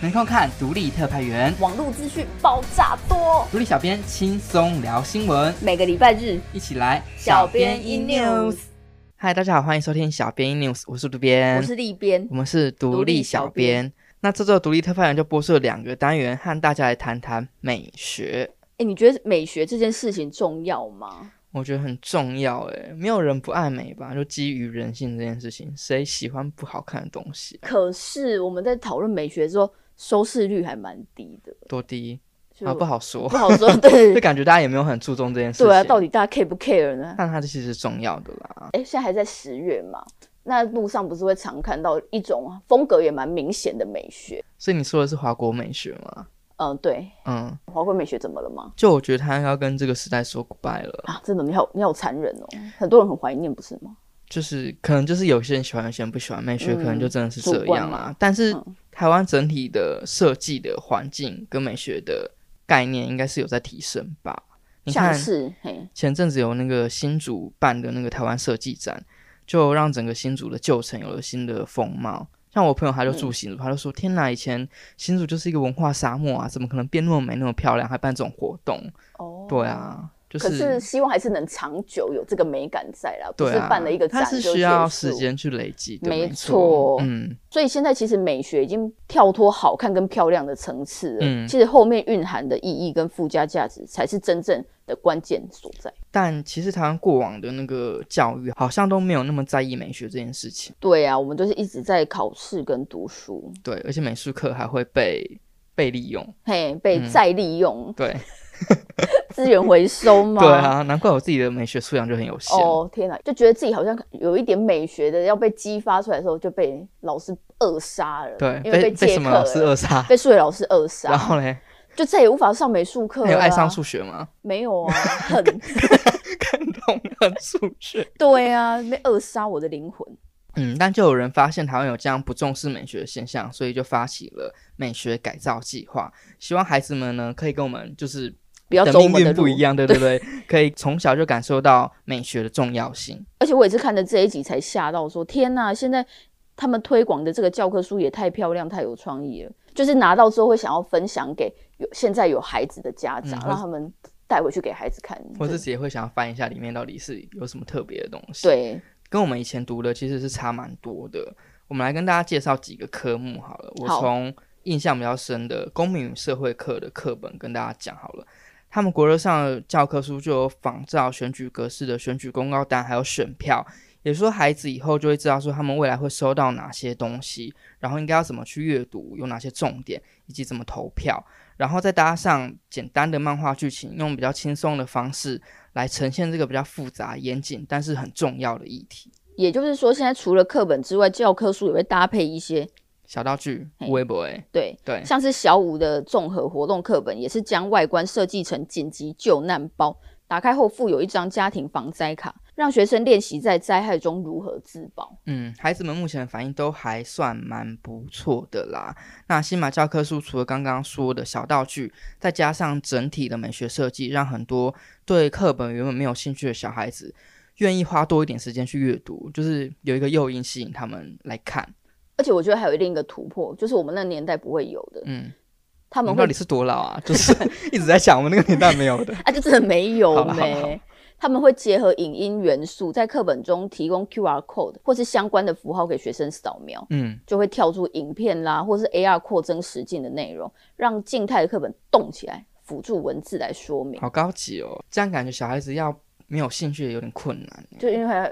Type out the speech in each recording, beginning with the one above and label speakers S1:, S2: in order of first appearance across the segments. S1: 没空看独立特派员，
S2: 网络资讯爆炸多，
S1: 独立小编轻松聊新闻，
S2: 每个礼拜日，
S1: 一起来
S2: 小编 in news。
S1: 嗨，大家好，欢迎收听小编 in news，我是渡边，
S2: 我是立边
S1: 我，们是独立小编。那这周的独立特派员就播出了两个单元，和大家来谈谈美学，
S2: 哎，你觉得美学这件事情重要吗？
S1: 我觉得很重要诶，没有人不爱美吧？就基于人性这件事情，谁喜欢不好看的东西？
S2: 可是我们在讨论美学的时候，收视率还蛮低的，
S1: 多低
S2: 就
S1: 啊，不好说
S2: 不，好说。 对
S1: 就感觉大家也没有很注重这件事情。
S2: 对啊，到底大家 care 不 care 呢？
S1: 但它其实是重要的啦。
S2: 哎，现在还在十月嘛，那路上不是会常看到一种风格也蛮明显的美学？
S1: 所以你说的是华国美学吗？
S2: 嗯，对，
S1: 嗯，
S2: 华贵美学怎么了吗？
S1: 就我觉得他要跟这个时代说 goodbye 了，
S2: 啊，真的，你好，你好残忍哦！很多人很怀念，不是吗？
S1: 就是可能就是有些人喜欢，有些人不喜欢美学，可能就真的是这
S2: 主观
S1: 样啦。
S2: 嘛
S1: 但是
S2: 嗯
S1: 台湾整体的设计的环境跟美学的概念应该是有在提升吧？你
S2: 像
S1: 看
S2: 是嘿，
S1: 前阵子有那个新竹办的那个台湾设计展，就让整个新竹的旧城有了新的风貌。像我朋友他就
S2: 嗯
S1: 住新竹，他就说：“天哪，以前新竹就是一个文化沙漠啊，怎么可能变那么美、那么漂亮，还办这种活动？”
S2: 哦，
S1: 对。啊，就
S2: 可是希望还是能长久有这个美感在啦，不
S1: 对
S2: 是
S1: 啊，
S2: 办了一个展
S1: 它是
S2: 就
S1: 需要
S2: 结束
S1: 时。间去累积的，
S2: 没
S1: 没错
S2: 错
S1: 嗯，
S2: 所以现在其实美学已经跳脱好看跟漂亮的层次了，
S1: 嗯
S2: 其实后面蕴含的意义跟附加价值才是真正的关键所在。
S1: 但其实台湾过往的那个教育好像都没有那么在意美学这件事情，
S2: 对啊，我们都是一直在考试跟读书，
S1: 对，而且美术课还会被被利用，
S2: 嘿，被
S1: 嗯
S2: 再利用、
S1: 对，
S2: 资源 回收嘛。
S1: 对啊，难怪我自己的美学素养就很有限，
S2: 哦天哪，就觉得自己好像有一点美学的要被激发出来的时候，就被老师扼杀了。
S1: 对，
S2: 因为
S1: 被
S2: 借课
S1: 什么老师
S2: 了
S1: 扼杀，
S2: 被数学老师扼
S1: 然
S2: 杀，
S1: 后 嘞，
S2: 就再也无法上美术课
S1: 还
S2: 了、
S1: 有
S2: 啊。
S1: 爱上数学吗？
S2: 没有啊，很
S1: 更懂得数学，
S2: 对啊，被扼杀我的灵魂。
S1: 嗯，但就有人发现台湾有这样不重视美学的现象，所以就发起了美学改造计划，希望孩子们呢可以跟我们就是
S2: 不要走
S1: 的
S2: 我
S1: 命
S2: 们的
S1: 运
S2: 路
S1: 不一。样，对对对， 可以从小就感受到美学的重要性。
S2: 而且我也是看了这一集才吓到说天呐，现在他们推广的这个教科书也太漂亮、太有创意了，就是拿到之后会想要分享给有现在有孩子的家长，
S1: 嗯或
S2: 让他们带回去给孩子看。
S1: 我
S2: 就
S1: 自己也会想要翻一下里面到底是有什么特别的东西。，
S2: 对，
S1: 跟我们以前读的其实是差蛮多的。我们来跟大家介绍几个科目好了。我
S2: 好
S1: 从印象比较深的公民与社会课的课本跟大家讲好了。他们国乐上的教科书就有仿照选举格式的选举公告单，还有选票，也就是说孩子以后就会知道说他们未来会收到哪些东西，然后应该要怎么去阅读，有哪些重点，以及怎么投票，然后再搭上简单的漫画剧情，用比较轻松的方式来呈现这个比较复杂、严谨但是很重要的议题。
S2: 也就是说，现在除了课本之外，教科书也会搭配一些
S1: 小道具，
S2: 嘿
S1: 微博，哎，
S2: 对，
S1: 对，
S2: 像是小五的综合活动课本，也是将外观设计成紧急救难包，打开后附有一张家庭防灾卡，让学生练习在灾害中如何自保。
S1: 嗯，孩子们目前的反应都还算蛮不错的啦。那新马教科书除了刚刚说的小道具，再加上整体的美学设计，让很多对课本原本没有兴趣的小孩子，愿意花多一点时间去阅读，就是有一个诱因吸引他们来看。
S2: 而且我觉得还有另一个突破，就是我们那年代不会有的，
S1: 嗯，
S2: 他
S1: 我
S2: 们
S1: 们
S2: 会
S1: 到底是多老啊？就是 一直在想我们那个年代没有 的。
S2: 啊，就真的没
S1: 好
S2: 有
S1: 啦好啦好啦
S2: 没。他们会结合影音元素，在课本中提供 QR code 或是相关的符号给学生扫描，
S1: 嗯，
S2: 就会跳出影片啦，或是 AR 扩增实境的内容，让静态的课本动起来，辅助文字来说明。
S1: 好高级哦，这样感觉小孩子要没有兴趣也有点困难欸。
S2: 就因为它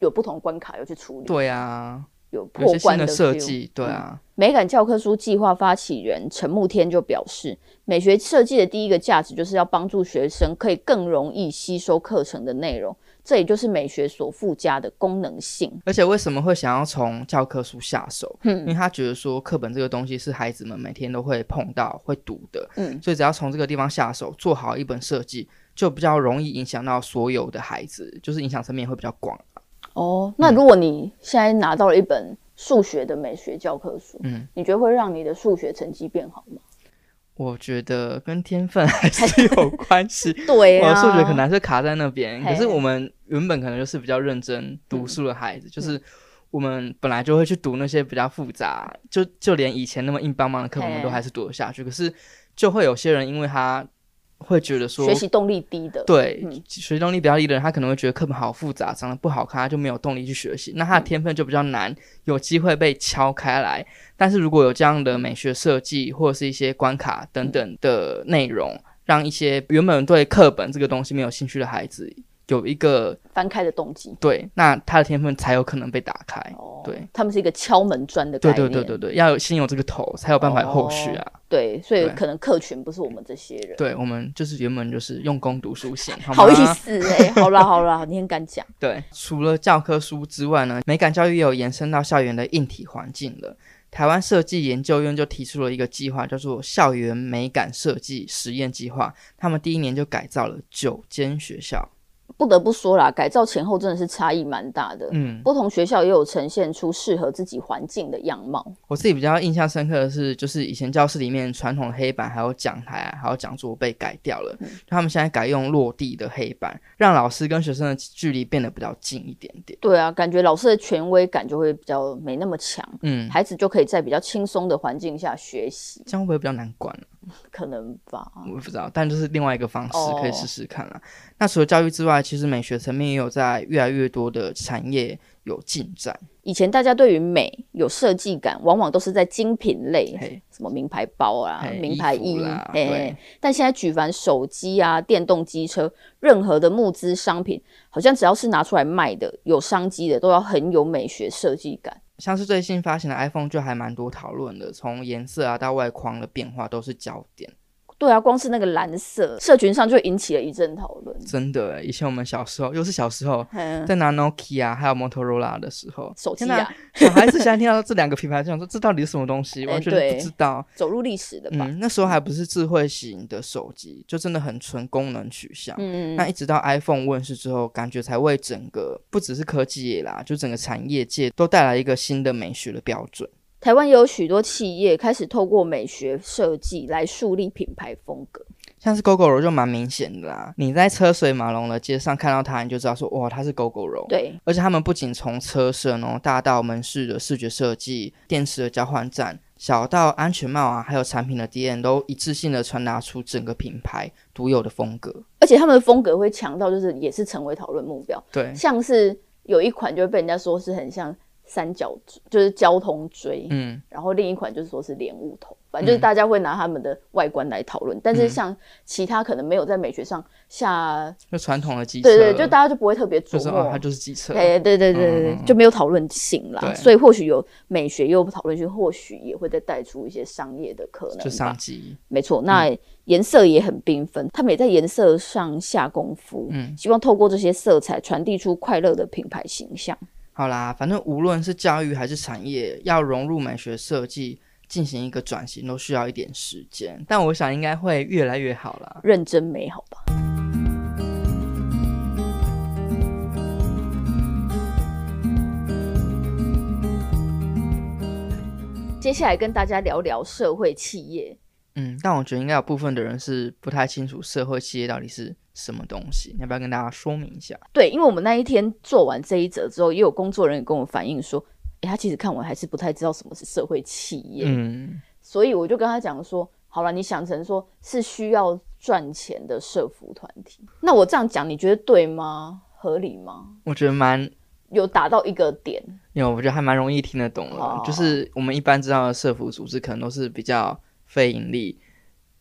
S2: 有不同关卡要去处理，
S1: 对啊，
S2: 有
S1: 有
S2: 破
S1: 些新
S2: 关嗯
S1: 的设
S2: feel
S1: 计，对啊。
S2: 美感教科书计划发起人陈慕天就表示，美学设计的第一个价值就是要帮助学生可以更容易吸收课程的内容，这也就是美学所附加的功能性。
S1: 而且为什么会想要从教科书下手？
S2: 嗯
S1: 因为他觉得说课本这个东西是孩子们每天都会碰到、会读的，
S2: 嗯，
S1: 所以只要从这个地方下手，做好一本设计，就比较容易影响到所有的孩子，就是影响层面会比较广。
S2: 哦，
S1: 嗯
S2: 那如果你现在拿到了一本数学的美学教科书，
S1: 嗯，
S2: 你觉得会让你的数学成绩变好吗？
S1: 我觉得跟天分还是有关系。
S2: 对
S1: 我
S2: 啊，
S1: 的呃数学可能还是卡在那边，
S2: 嘿嗯
S1: 可是我们原本可能就是比较认真读书的孩子，就是。我们本来就会去读那些比较复杂，就就连以前那么硬邦邦的课本，我们
S2: 嘿
S1: 都还是读得下去。可是就会有些人，因为他会觉得说
S2: 学，习动力低的，
S1: 对、
S2: 嗯
S1: 学习动力比较低的人，他可能会觉得课本好复杂，长得不好看，他就没有动力去学习。那他的
S2: 嗯
S1: 天分就比较难，有机会被敲开来。但是如果有这样的美学设计或者是一些关卡等等的内容，让一些原本对课本这个东西没有兴趣的孩子有一个
S2: 翻开的动机。
S1: 对，那他的天分才有可能被打开。
S2: 哦
S1: 对，
S2: 他们是一个敲门砖的概
S1: 对
S2: 念，哦
S1: 对对对对，要有先有这个头，才有办法有后续啊。
S2: 对所以
S1: 对
S2: 可能客群不是我们这些人。
S1: 对，我们就是原本就是用功读书型，好吗
S2: 好意。思哎、好啦好啦， 你很敢讲，
S1: 对，除了教科书之外呢，美感教育也有延伸到校园的硬体环境了。台湾设计研究院就提出了一个计划，叫做校园美感设计实验计划。他们第一年就改造了九间学校。
S2: 不得不说啦，改造前后真的是差异蛮大的。
S1: 嗯，
S2: 不同学校也有呈现出适合自己环境的样貌，
S1: 我自己比较印象深刻的是，就是以前教室里面传统的黑板还有讲台、啊、还有讲桌被改掉了，他们现在改用落地的黑板，让老师跟学生的距离变得比较近一点点。
S2: 对啊，感觉老师的权威感就会比较没那么强，
S1: 嗯，
S2: 孩子就可以在比较轻松的环境下学习，
S1: 这样会不会比较难管、啊
S2: 可能吧。
S1: 我也不知道，但就是另外一个方
S2: 哦
S1: 式可以试试看啦。那除了教育之外，其实美学层面也有在越来越多的产业有进展。
S2: 以前大家对于美有设计感，往往都是在精品类，
S1: 嘿，
S2: 什么名牌包啊、
S1: 嘿
S2: 名牌
S1: 衣
S2: 衣
S1: 服啦，
S2: 嘿
S1: 对
S2: 但现在举凡手机啊、电动机车，任何的募资商品，好像只要是拿出来卖的、有商机的，都要很有美学设计感。
S1: 像是最新发行的 iPhone 就还蛮多讨论的，从颜色啊到外框的变化都是焦点。
S2: 对啊，光是那个蓝色，社群上就引起了一阵讨论。
S1: 真的耶，欸以前我们小时候，又是小时候，
S2: 嗯，
S1: 在拿 Nokia 还有 Motorola 的时候，
S2: 手机
S1: 天哪
S2: 啊，
S1: 小孩子现在听到这两个品牌，就想说这到底是什么东西，
S2: 哎
S1: 完全
S2: 对
S1: 不知道。
S2: 走入历史的吧。
S1: 嗯，那时候还不是智慧型的手机，就真的很纯功能取向。
S2: 嗯，
S1: 那一直到 iPhone 问世之后，感觉才为整个不只是科技业啦，就整个产业界都带来一个新的美学的标准。
S2: 台湾也有许多企业开始透过美学设计来树立品牌风格。
S1: 像是 GoGo 柔就蛮明显的啦，你在车水马龙的街上看到它，你就知道说哇，它是 GoGo 柔。
S2: 对，
S1: 而且他们不仅从车身哦，大到门市的视觉设计、电池的交换站，小到安全帽啊，还有产品的 DM，都一致性的传达出整个品牌独有的风格。
S2: 而且他们的风格会强到，就是也是成为讨论目标。
S1: 对，
S2: 像是有一款就会被人家说是很像三角锥，就是交通锥，
S1: 嗯，
S2: 然后另一款就是说是莲雾头，反正就是大家会拿他们的外观来讨论。但
S1: 嗯
S2: 是像其他可能没有在美学上下，
S1: 就传统的机车，
S2: 对对，就大家就不会特别琢
S1: 就是哦，
S2: 磨
S1: 它。就是机车。
S2: 哎，对对对对对，
S1: 嗯嗯嗯
S2: 就没有讨论性啦，
S1: 对
S2: 所以或许有美学，也有讨论性，或许也会再带出一些商业的可能吧。
S1: 就上机，
S2: 没错，那颜色也很缤纷，他们也在颜色上下功夫，
S1: 嗯
S2: 希望透过这些色彩传递出快乐的品牌形象。
S1: 好啦，反正无论是教育还是产业，要融入美学设计进行一个转型，都需要一点时间。但我想应该会越来越好啦。
S2: 认真美好吧。接下来跟大家聊聊社会企业，
S1: 嗯，但我觉得应该有部分的人是不太清楚社会企业到底是什么东西，你要不要跟大家说明一下？
S2: 对，因为我们那一天做完这一则之后，也有工作人员跟我反映说，诶，他其实看完还是不太知道什么是社会企业，
S1: 嗯，
S2: 所以我就跟他讲说，好了，你想成说是需要赚钱的社服团体，那我这样讲，你觉得对吗？合理吗？
S1: 我觉得蛮，
S2: 有达到一个点，
S1: 因为我觉得还蛮容易听得懂的，
S2: 哦
S1: 就是我们一般知道的社服组织可能都是比较非盈利，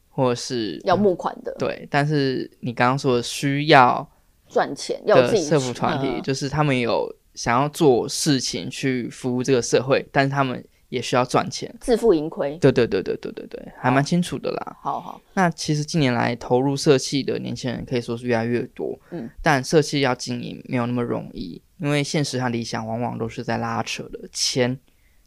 S1: 或者是
S2: 要募款的，
S1: 嗯对，但是你刚刚说的需要
S2: 赚钱，要有
S1: 的
S2: 自己
S1: 社服团体，
S2: 嗯
S1: 就是他们有想要做事情去服务这个社会，但是他们也需要赚钱。
S2: 自负盈亏。
S1: 对对对对对对对，还蛮清楚的啦。
S2: 好好，
S1: 那其实近年来投入社企的年轻人可以说是越来越多，
S2: 嗯，
S1: 但社企要经营没有那么容易，因为现实和理想往往都是在拉扯的，钱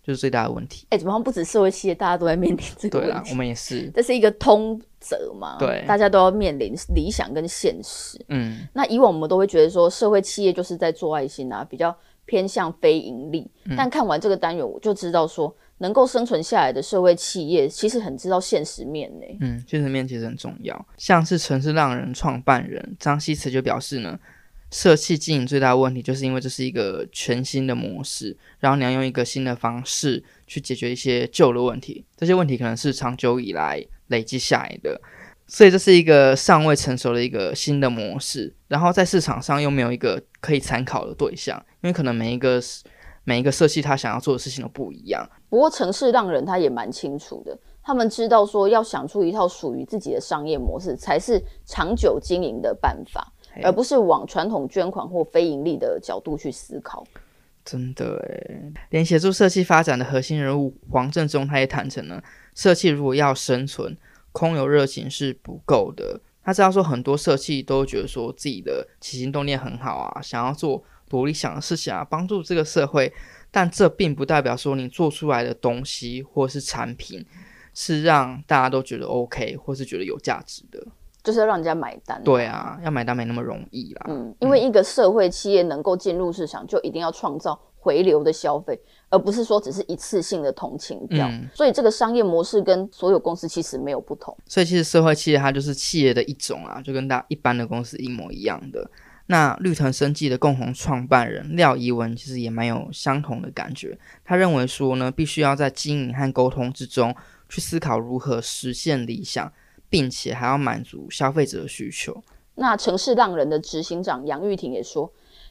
S1: 就是最大的问题。
S2: 哎、怎么好像不止社会企业，大家都在面临这个
S1: 对啦
S2: 问，
S1: 我
S2: 题？
S1: 们也是，
S2: 这是一个通则嘛？
S1: 对
S2: 大家都要面临理想跟现实。
S1: 嗯，
S2: 那以往我们都会觉得说，社会企业就是在做爱心啊，比较偏向非盈利。但看完这个单元，我就知道说，能够生存下来的社会企业，其实很知道现实面呢、
S1: 嗯嗯，现实面其实很重要。像是城市浪人创办人张希慈就表示呢，社企经营最大的问题，就是因为这是一个全新的模式，然后你要用一个新的方式去解决一些旧的问题，这些问题可能是长久以来累积下来的，所以这是一个尚未成熟的一个新的模式，然后在市场上又没有一个可以参考的对象，因为可能每一个每一个社企他想要做的事情都不一样，
S2: 不过城市浪人他也蛮清楚的，他们知道说要想出一套属于自己的商业模式，才是长久经营的办法，
S1: 嘿
S2: 而不是往传统捐款或非盈利的角度去思考。
S1: 真的诶，连协助社企发展的核心人物黄正中，他也坦诚了，社企如果要生存，空有热情是不够的。他知道说，很多社企都觉得说自己的起心动念很好啊，想要做多理想的事情啊，帮助这个社会，但这并不代表说你做出来的东西或是产品是让大家都觉得 OK 或是觉得有价值的。
S2: 就是要让人家买单。
S1: 对啊，要买单没那么容易啦。
S2: 嗯，因为一个社会企业能够进入市场，就一定要创造回流的消费，而不是说只是一次性的同情票。
S1: 嗯
S2: 所以这个商业模式跟所有公司其实没有不同。
S1: 所以其实社会企业它就是企业的一种啊，就跟大一般的公司一模一样的。那绿藤生技的共同创办人廖怡文其实也蛮有相同的感觉。他认为说呢，必须要在经营和沟通之中去思考如何实现理想，并且还要满足消费者的需求。
S2: 那城市浪人的执行长杨玉婷也说，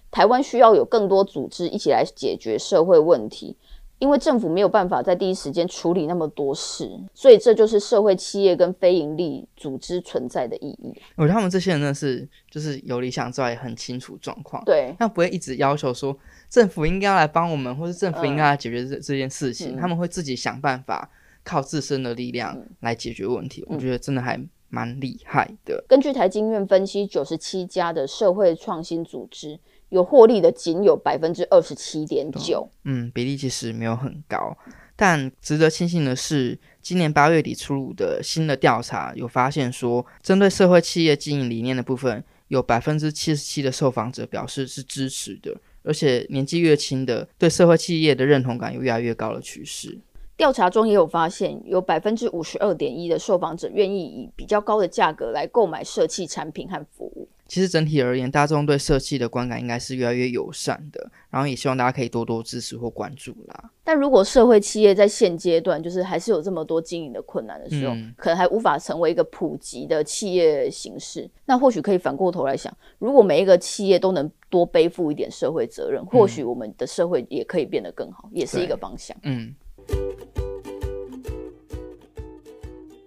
S2: 台湾需要有更多组织一起来解决社会问题，因为政府没有办法在第一时间处理那么多事，所以这就是社会企业跟非营利组织存在的意义。
S1: 我觉得他们这些人真的是就是有理想之外，也很清楚状况。
S2: 对，
S1: 那不会一直要求说政府应该要来帮我们，或是政府应该来解决这、这件事情，
S2: 嗯
S1: 他们会自己想办法，靠自身的力量来解决问题。我觉得真的还蛮厉害的。
S2: 根据台经院分析，九十七家的社会创新组织有获利的，仅有百分之二十七点九。
S1: 嗯，比例其实没有很高，但值得庆幸的是，今年八月底出炉的新的调查有发现说，针对社会企业经营理念的部分，有百分之七十七的受访者表示是支持的，而且年纪越轻的对社会企业的认同感有越来越高的趋势。
S2: 调查中也有发现，有百分之五十二点一的受访者愿意以比较高的价格来购买社企产品和服务。
S1: 其实整体而言，大众对社企的观感应该是越来越友善的，然后也希望大家可以多多支持或关注啦。
S2: 但如果社会企业在现阶段就是还是有这么多经营的困难的时候，
S1: 嗯
S2: 可能还无法成为一个普及的企业形式，那或许可以反过头来想，如果每一个企业都能多背负一点社会责任，或许我们的社会也可以变得更好，也是一
S1: 嗯
S2: 个
S1: 对
S2: 方向。
S1: 嗯，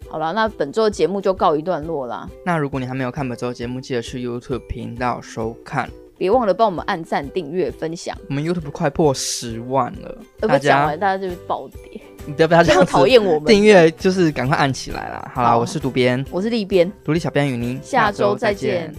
S2: 好了，那本周的节目就告一段落啦，
S1: 那如果你还没有看本周节目，记得去 YouTube 频道收看。
S2: 别忘了帮我们按赞、订阅、分享，
S1: 我们 YouTube 快破十万了，
S2: 呃，
S1: 大
S2: 不讲
S1: 家
S2: 完大家就暴跌，
S1: 你不要不要这
S2: 这么
S1: 样子
S2: 讨厌我们。
S1: 订阅，就是赶快按起来啦。好啦，
S2: 好
S1: 我是独编
S2: 我是立边，
S1: 独立小编与您
S2: 下周再见。